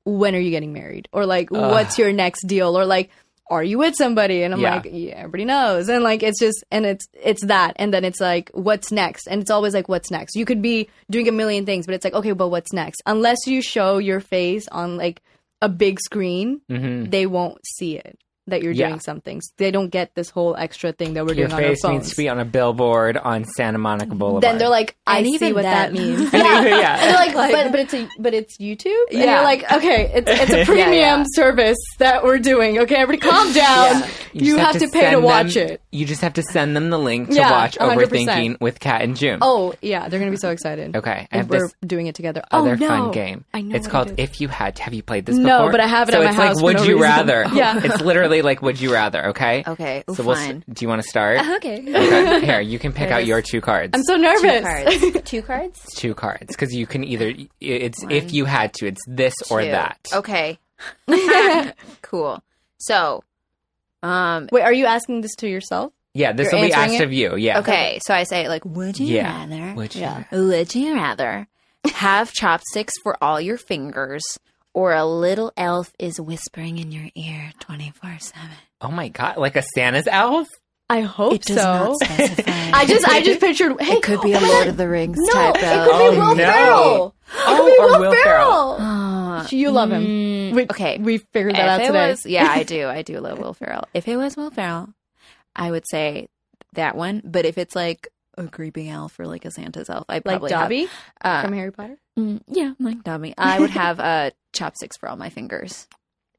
Speaker 2: when are you getting married or like what's your next deal or like are you with somebody and i'm
Speaker 1: Yeah.
Speaker 2: like yeah everybody knows and like it's just and it's it's that and then it's like what's next and it's always like what's next you could be doing a million things but it's like okay but what's next unless you show your face on like a big screen
Speaker 1: hmm
Speaker 2: they won't see it that you're
Speaker 1: Yeah.
Speaker 2: doing something they don't get this whole extra thing that we're
Speaker 1: Your
Speaker 2: doing on our
Speaker 1: face
Speaker 2: phones
Speaker 1: needs to be on a billboard on Santa Monica Boulevard.
Speaker 2: then they're like i
Speaker 3: And
Speaker 2: see
Speaker 3: even
Speaker 2: what that, *laughs*
Speaker 3: then-
Speaker 2: means
Speaker 1: And even- yeah.
Speaker 2: and they're like, but, but it's a, but it's YouTube. And
Speaker 3: Yeah.
Speaker 2: you're like, okay, it's, it's
Speaker 1: *laughs*
Speaker 2: a premium
Speaker 3: yeah.
Speaker 2: service that we're doing. Okay, everybody,
Speaker 3: *laughs*
Speaker 2: calm down. You,
Speaker 1: just
Speaker 2: have, to pay
Speaker 1: send
Speaker 2: to
Speaker 1: them-
Speaker 2: watch it.
Speaker 1: You just have to send them the link to
Speaker 2: Yeah,
Speaker 1: watch
Speaker 2: 100%.
Speaker 1: Overthinking with Kat and June.
Speaker 2: Oh yeah, they're gonna be so excited.
Speaker 1: okay. I
Speaker 2: And
Speaker 1: have
Speaker 2: we're
Speaker 1: this
Speaker 2: doing it together.
Speaker 1: other
Speaker 2: oh, no.
Speaker 1: fun game.
Speaker 2: I know
Speaker 1: It's
Speaker 2: what
Speaker 1: called
Speaker 2: it is.
Speaker 1: If You Had. Have you played this
Speaker 2: No,
Speaker 1: before?
Speaker 2: but I have it
Speaker 1: so
Speaker 2: at my
Speaker 1: it's
Speaker 2: house
Speaker 1: like
Speaker 2: for
Speaker 1: Would
Speaker 2: no
Speaker 1: You
Speaker 2: reason.
Speaker 1: Rather.
Speaker 2: *laughs* Yeah. Oh,
Speaker 1: It's literally like Would You Rather, okay?
Speaker 3: *laughs* Okay,
Speaker 1: So
Speaker 3: ooh,
Speaker 1: we'll
Speaker 3: fine.
Speaker 1: s- do you want to start?
Speaker 2: Uh-huh.
Speaker 3: okay.
Speaker 2: *laughs*
Speaker 1: Okay. Here, you can pick
Speaker 3: Here it
Speaker 1: out
Speaker 3: is.
Speaker 1: your two cards.
Speaker 2: I'm so
Speaker 3: Two
Speaker 2: nervous.
Speaker 3: *laughs* cards. Two cards?
Speaker 1: two cards because you can either i- it's if you had to it's this or
Speaker 3: Two.
Speaker 1: that
Speaker 2: Oh,
Speaker 3: *laughs* Okay. cool. So, um,
Speaker 2: *laughs* Wait, are you asking this to yourself?
Speaker 1: yeah this
Speaker 2: You're
Speaker 1: will be
Speaker 2: answering
Speaker 1: asked
Speaker 2: it?
Speaker 1: of you yeah
Speaker 3: Okay, so I say like, would you
Speaker 1: Yeah.
Speaker 3: rather?
Speaker 1: Which-
Speaker 2: Yeah.
Speaker 3: Would you rather have chopsticks for all your fingers, or a little elf is whispering in your ear twenty four seven?
Speaker 1: oh my god like a santa's elf
Speaker 2: I hope
Speaker 3: It does
Speaker 2: so.
Speaker 3: not specify.
Speaker 2: *laughs* I just I just pictured. Hey,
Speaker 3: *laughs* it could be a
Speaker 2: oh my
Speaker 3: Lord
Speaker 2: God.
Speaker 3: of the Rings
Speaker 2: No,
Speaker 3: type
Speaker 2: it could
Speaker 3: elf.
Speaker 2: be
Speaker 1: Oh,
Speaker 2: Will
Speaker 1: no.
Speaker 2: Ferrell. It could
Speaker 1: Oh,
Speaker 2: be
Speaker 1: or
Speaker 2: Will,
Speaker 1: Will
Speaker 2: Ferrell.
Speaker 3: Oh.
Speaker 2: You love him.
Speaker 3: Mm,
Speaker 2: We-
Speaker 3: okay,
Speaker 2: we figured that out
Speaker 3: if it
Speaker 2: today.
Speaker 3: was- yeah,
Speaker 2: *laughs*
Speaker 3: I do. I do love Will Ferrell. If it was Will Ferrell, I would say that one. But if it's like a creepy elf or like a Santa's elf, I
Speaker 2: like
Speaker 3: probably have-
Speaker 2: Dobby
Speaker 3: uh,
Speaker 2: from Harry
Speaker 3: *laughs*
Speaker 2: Potter.
Speaker 3: Mm, yeah, like dummy. I would have uh, chopsticks for all my fingers.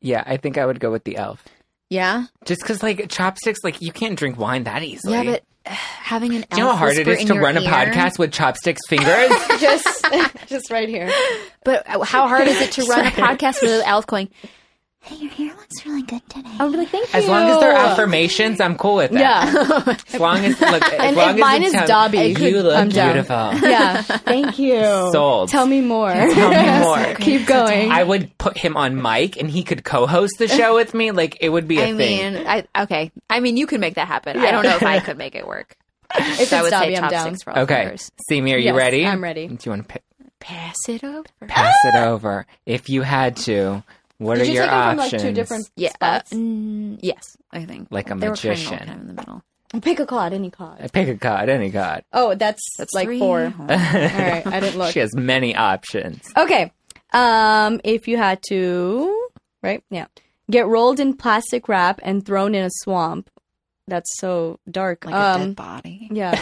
Speaker 1: yeah i think i would go with the elf
Speaker 3: Yeah,
Speaker 1: just because like chopsticks like you can't drink wine that easily
Speaker 3: yeah, but uh, having an elf
Speaker 1: do you know how hard it
Speaker 3: whisper
Speaker 1: is
Speaker 3: in
Speaker 1: to
Speaker 3: your
Speaker 1: run a
Speaker 3: ear?
Speaker 1: podcast with
Speaker 2: *laughs*
Speaker 1: chopsticks fingers
Speaker 2: just just right here.
Speaker 3: But uh, how hard is it to run
Speaker 1: *laughs*
Speaker 3: a podcast with an elf going? Hey, your hair looks really good today.
Speaker 2: I would be like, thank you.
Speaker 1: as long as they're affirmations i'm cool with that
Speaker 2: Yeah.
Speaker 3: *laughs*
Speaker 1: as long as look as
Speaker 2: And
Speaker 1: long
Speaker 2: if
Speaker 1: as
Speaker 2: mine
Speaker 1: it's
Speaker 2: is
Speaker 1: tell-
Speaker 2: Dobby,
Speaker 1: you look
Speaker 2: I'm down.
Speaker 1: beautiful
Speaker 2: *laughs*
Speaker 3: *laughs*
Speaker 2: yeah. Thank you.
Speaker 1: Sold.
Speaker 2: Tell me more.
Speaker 1: *laughs* Tell me more.
Speaker 2: *laughs*
Speaker 3: *laughs*
Speaker 2: Keep going.
Speaker 1: I would put him on mic and he could co-host the show with me. Like it would be a
Speaker 3: I
Speaker 1: thing.
Speaker 3: mean, I okay. I mean, you could make that happen. I don't know if I could make it *laughs* work.
Speaker 2: if it's
Speaker 3: I would
Speaker 2: Dobby,
Speaker 3: say
Speaker 2: I'm
Speaker 3: chopsticks
Speaker 2: down.
Speaker 3: for all
Speaker 1: okay,
Speaker 3: fingers.
Speaker 1: Simi, are you
Speaker 2: Yes,
Speaker 1: ready?
Speaker 2: I'm ready. Ah!
Speaker 1: Do you want to pick?
Speaker 3: Pass it over.
Speaker 1: pass it over if you had to. What
Speaker 2: Did
Speaker 1: are
Speaker 2: you
Speaker 1: your
Speaker 2: take them from
Speaker 1: options?
Speaker 2: like two different
Speaker 3: Yeah. uh,
Speaker 2: spots?
Speaker 3: mm, yes, I think
Speaker 1: Like a
Speaker 3: They were kind of all
Speaker 1: magician.
Speaker 3: kind of in the middle.
Speaker 2: Pick a card, any card.
Speaker 1: Pick a card, any *laughs* card.
Speaker 2: Oh, that's,
Speaker 3: That's
Speaker 2: like
Speaker 3: three.
Speaker 1: *laughs*
Speaker 2: four. All right, I didn't look.
Speaker 1: She has many options.
Speaker 2: Okay. Um, if you had to right? Yeah. Get rolled in plastic wrap and thrown in a swamp. That's so dark.
Speaker 3: like a dead body.
Speaker 1: *laughs*
Speaker 2: yeah.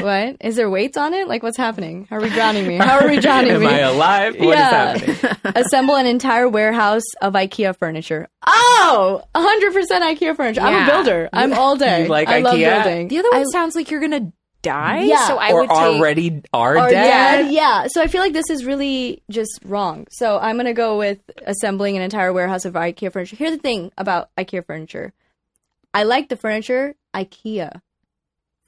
Speaker 2: what? Is there weights on it? Like what's happening? How are we drowning me? How are we
Speaker 1: *laughs*
Speaker 2: drowning
Speaker 1: Am
Speaker 2: me?
Speaker 1: I alive? What is
Speaker 2: Yeah.
Speaker 1: happening?
Speaker 2: *laughs* Assemble an entire warehouse of IKEA furniture. Oh, 100% IKEA furniture. I'm a
Speaker 3: Yeah.
Speaker 2: builder. I'm all day.
Speaker 1: You *laughs* like
Speaker 2: I love
Speaker 1: IKEA?
Speaker 2: building.
Speaker 3: The other one
Speaker 2: I-
Speaker 3: sounds like you're gonna die.
Speaker 2: Yeah.
Speaker 3: So I
Speaker 1: or
Speaker 3: would take
Speaker 1: already are
Speaker 2: or
Speaker 1: dead?
Speaker 2: dead. Yeah. So I feel like this is really just wrong. So I'm going to go with assembling an entire warehouse of IKEA furniture. Here's the thing about IKEA furniture I like the furniture. IKEA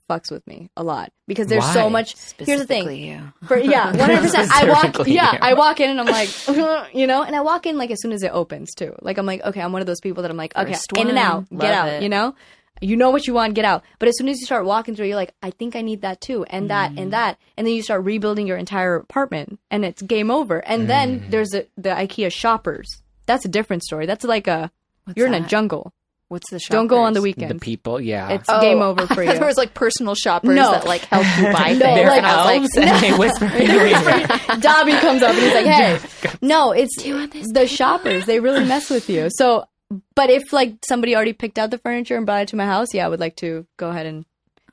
Speaker 2: fucks with me a lot because there's so
Speaker 1: Why?
Speaker 2: much. Here's the thing.
Speaker 3: specifically you.
Speaker 2: For,
Speaker 3: *laughs*
Speaker 2: yeah, one hundred percent. I walk.
Speaker 1: Specifically,
Speaker 2: Yeah,
Speaker 1: yeah.
Speaker 2: I walk in and I'm like, *laughs* you know, and I walk in like as soon as it opens too. Like I'm like, okay, I'm one of those people that I'm like, okay,
Speaker 3: First
Speaker 2: in and
Speaker 3: one.
Speaker 2: out, get
Speaker 3: Love
Speaker 2: out.
Speaker 3: it.
Speaker 2: You know, you know what you want, get out. But as soon as you start walking through, you're like, I think I need that too, and that,
Speaker 3: Mm.
Speaker 2: and that, and then you start rebuilding your entire apartment, and it's game over. And then
Speaker 3: Mm.
Speaker 2: there's the the IKEA shoppers. That's a different story. That's like a
Speaker 3: What's
Speaker 2: you're in a
Speaker 3: that?
Speaker 2: jungle.
Speaker 3: What's the Oh. shop?
Speaker 2: Don't go on the weekend.
Speaker 1: The people, yeah.
Speaker 2: It's game over
Speaker 3: *laughs*
Speaker 2: for you.
Speaker 3: There was like personal shoppers
Speaker 2: No.
Speaker 3: that like help you
Speaker 2: *laughs*
Speaker 3: buy
Speaker 2: No,
Speaker 3: things,
Speaker 1: They're
Speaker 2: like-
Speaker 3: and I was
Speaker 1: elves
Speaker 3: like,
Speaker 1: and they
Speaker 2: *laughs*
Speaker 1: whisper in your *laughs* ear.
Speaker 2: Dobby comes up and he's like, "Hey, no, it's the shoppers. They really mess with you." So, but if like somebody already picked out the furniture and brought it to my house, yeah, I would like to go ahead and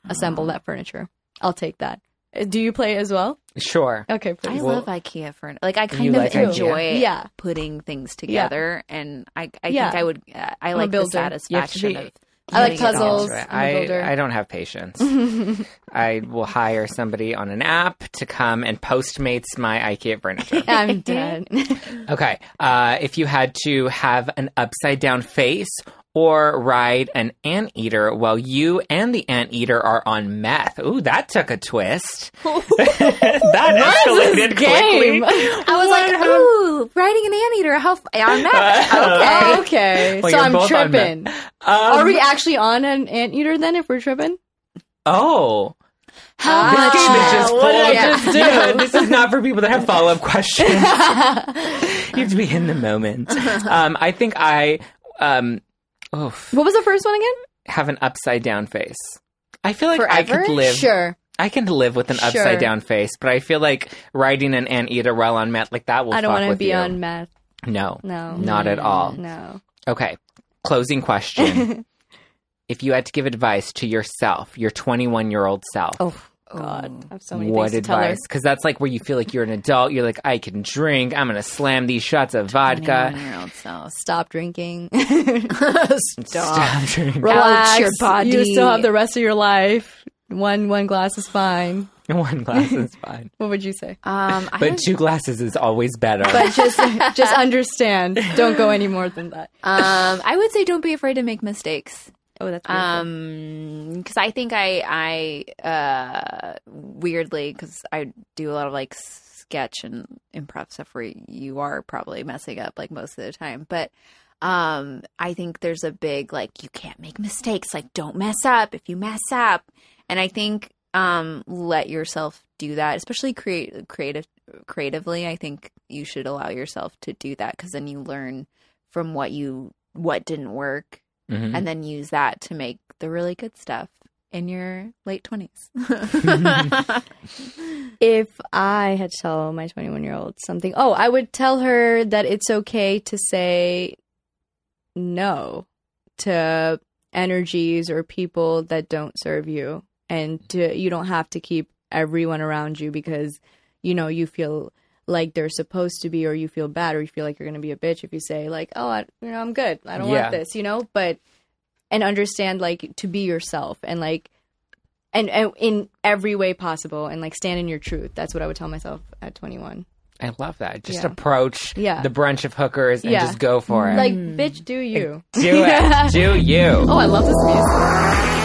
Speaker 2: assemble that furniture. I'll take that. Uh, Do you play as well?
Speaker 1: Sure.
Speaker 2: Okay,
Speaker 3: I
Speaker 2: please.
Speaker 1: Well,
Speaker 3: love IKEA for like I
Speaker 1: you
Speaker 3: kind of
Speaker 1: like IKEA?
Speaker 3: enjoy
Speaker 2: Yeah.
Speaker 3: putting things together, and I I
Speaker 2: Yeah.
Speaker 3: think I would uh, I
Speaker 2: a
Speaker 3: like the
Speaker 2: builder.
Speaker 1: You have to
Speaker 3: satisfaction
Speaker 1: be-
Speaker 3: of.
Speaker 2: I like
Speaker 3: putting it all
Speaker 2: puzzles.
Speaker 3: together.
Speaker 2: I'm a builder.
Speaker 1: I, I don't have patience. *laughs* I will hire somebody on an app to come and Postmates my IKEA
Speaker 2: *laughs*
Speaker 1: furniture. *laughs*
Speaker 2: I'm dead.
Speaker 1: Okay. Uh, if you had to have an upside down face or ride an anteater while you and the anteater are on meth. Ooh, that took a
Speaker 2: *laughs*
Speaker 1: twist. that escalated quickly. *laughs*
Speaker 2: Game.
Speaker 3: I was like, ooh, riding an anteater. How f- on
Speaker 1: *laughs*
Speaker 3: that? okay.
Speaker 2: Oh, okay,
Speaker 1: Well,
Speaker 2: so
Speaker 1: you're
Speaker 2: I'm
Speaker 1: both on
Speaker 2: tripping.
Speaker 1: Um,
Speaker 2: Are we actually on an anteater then? If
Speaker 1: *laughs*
Speaker 2: we're tripping, Ah.
Speaker 1: oh.
Speaker 3: How
Speaker 1: This
Speaker 3: much
Speaker 1: game is
Speaker 3: meth?
Speaker 1: just
Speaker 2: Uh, what
Speaker 1: full
Speaker 2: did
Speaker 1: of
Speaker 2: I
Speaker 3: just
Speaker 1: you *laughs* know, this is not for people that have follow
Speaker 2: *laughs*
Speaker 1: up questions. you *laughs* have to be in the
Speaker 2: *laughs*
Speaker 1: moment. Um, I think I um, oof,
Speaker 2: what was the first one again?
Speaker 1: have an upside down face. I feel like I
Speaker 3: Forever?
Speaker 1: could live.
Speaker 2: Sure,
Speaker 1: I can live with an
Speaker 2: Sure.
Speaker 1: upside down face, but I feel like riding an anteater while on meth, like that will.
Speaker 2: I don't
Speaker 1: fuck
Speaker 2: want to
Speaker 1: with
Speaker 2: be
Speaker 1: you.
Speaker 2: on meth.
Speaker 1: No,
Speaker 2: No,
Speaker 1: not at all.
Speaker 2: no.
Speaker 1: Okay, closing question.
Speaker 2: *laughs*
Speaker 1: if you had to give advice to yourself, your 21 year old self,
Speaker 2: Oh God, I have so many
Speaker 1: what
Speaker 2: things to tell her.
Speaker 1: advice? Because that's like where you feel like you're an adult. You're like, I can drink. I'm gonna slam these shots of vodka.
Speaker 3: Year-old self.
Speaker 2: Stop *laughs* drinking.
Speaker 1: Stop drinking. *laughs*
Speaker 2: Relax
Speaker 3: your body.
Speaker 2: You still have the rest of your life. One one glass is fine.
Speaker 1: One glass is fine,
Speaker 2: What would you say?
Speaker 3: Um, I
Speaker 1: but two glasses is always better.
Speaker 2: But *laughs* just just understand. Don't go any more than that.
Speaker 3: um, I would say don't be afraid to make mistakes.
Speaker 2: Oh, that's beautiful.
Speaker 3: Um, because I think I I uh weirdly because I do a lot of like sketch and improv stuff where you are probably messing up like most of the time, but um I think there's a big like you can't make mistakes, like don't mess up if you mess up, and I think um let yourself do that, especially create creative creatively. I think you should allow yourself to do that because then you learn from what you what didn't work
Speaker 1: Mhm.
Speaker 3: and then use that to make the really good stuff in your late 20s.
Speaker 2: if I had to tell my 21 year old something, oh, I would tell her that it's okay to say no to energies or people that don't serve you. And to, you don't have to keep everyone around you because, you know, you feel like they're supposed to be, or you feel bad, or you feel like you're going to be a bitch if you say, like, oh, I, you know, I'm good. I don't
Speaker 1: Yeah.
Speaker 2: want this, you know? But, and understand, like, to be yourself and, like, and, and in every way possible and like stand in your truth that's what i would tell myself at 21
Speaker 1: I love that. Just
Speaker 2: Yeah.
Speaker 1: approach
Speaker 2: Yeah.
Speaker 1: the brunch of hookers and
Speaker 2: Yeah.
Speaker 1: just go for it.
Speaker 2: like bitch do you *laughs*
Speaker 1: do it. Do you.
Speaker 2: oh i love this *laughs* music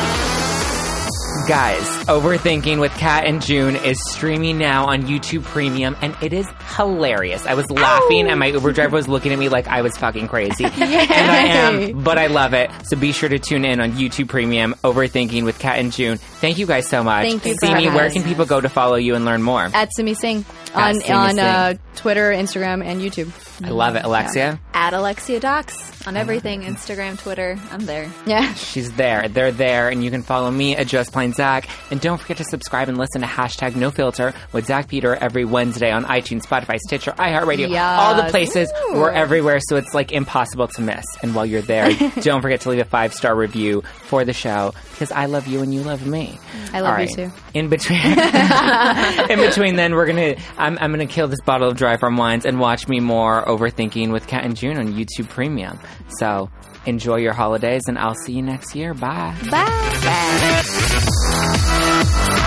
Speaker 1: Guys, Overthinking with Kat and June is streaming now on YouTube Premium and it is hilarious. I was laughing and my Uber driver was looking at me like I was fucking
Speaker 2: *laughs*
Speaker 1: crazy. And I am, but I love it. So be sure to tune in on YouTube Premium, Overthinking with Kat and June. Thank you guys so much.
Speaker 2: Thank you for
Speaker 1: Simi,
Speaker 2: having
Speaker 1: where
Speaker 2: us.
Speaker 1: can people go to follow you and learn more?
Speaker 2: at simi singh on
Speaker 1: Simi
Speaker 2: on
Speaker 1: Singh.
Speaker 2: uh, twitter instagram and youtube
Speaker 1: I love it, Alexia.
Speaker 3: At Alexia Docs on everything Instagram, Twitter. I'm there.
Speaker 2: Yeah.
Speaker 1: She's there. They're there. And you can follow me at Just Plain Zach. And don't forget to subscribe and listen to hashtag no filter with Zach Peter every Wednesday on iTunes, Spotify, Stitcher, iHeartRadio,
Speaker 2: Yes.
Speaker 1: all the places.
Speaker 2: Ooh.
Speaker 1: We're everywhere. So it's like impossible to miss. And while you're
Speaker 2: *laughs*
Speaker 1: there, don't forget to leave a five star review for the show because I love you and you love me.
Speaker 2: I love
Speaker 1: All
Speaker 2: you
Speaker 1: right.
Speaker 2: too. *laughs*
Speaker 1: In between, *laughs* in between, then we're gonna. I'm, I'm gonna kill this bottle of dry farm wines and watch me more overthinking with Kat and June on YouTube Premium. So enjoy your holidays, and I'll see you next year. Bye.
Speaker 2: Bye.
Speaker 3: Bye.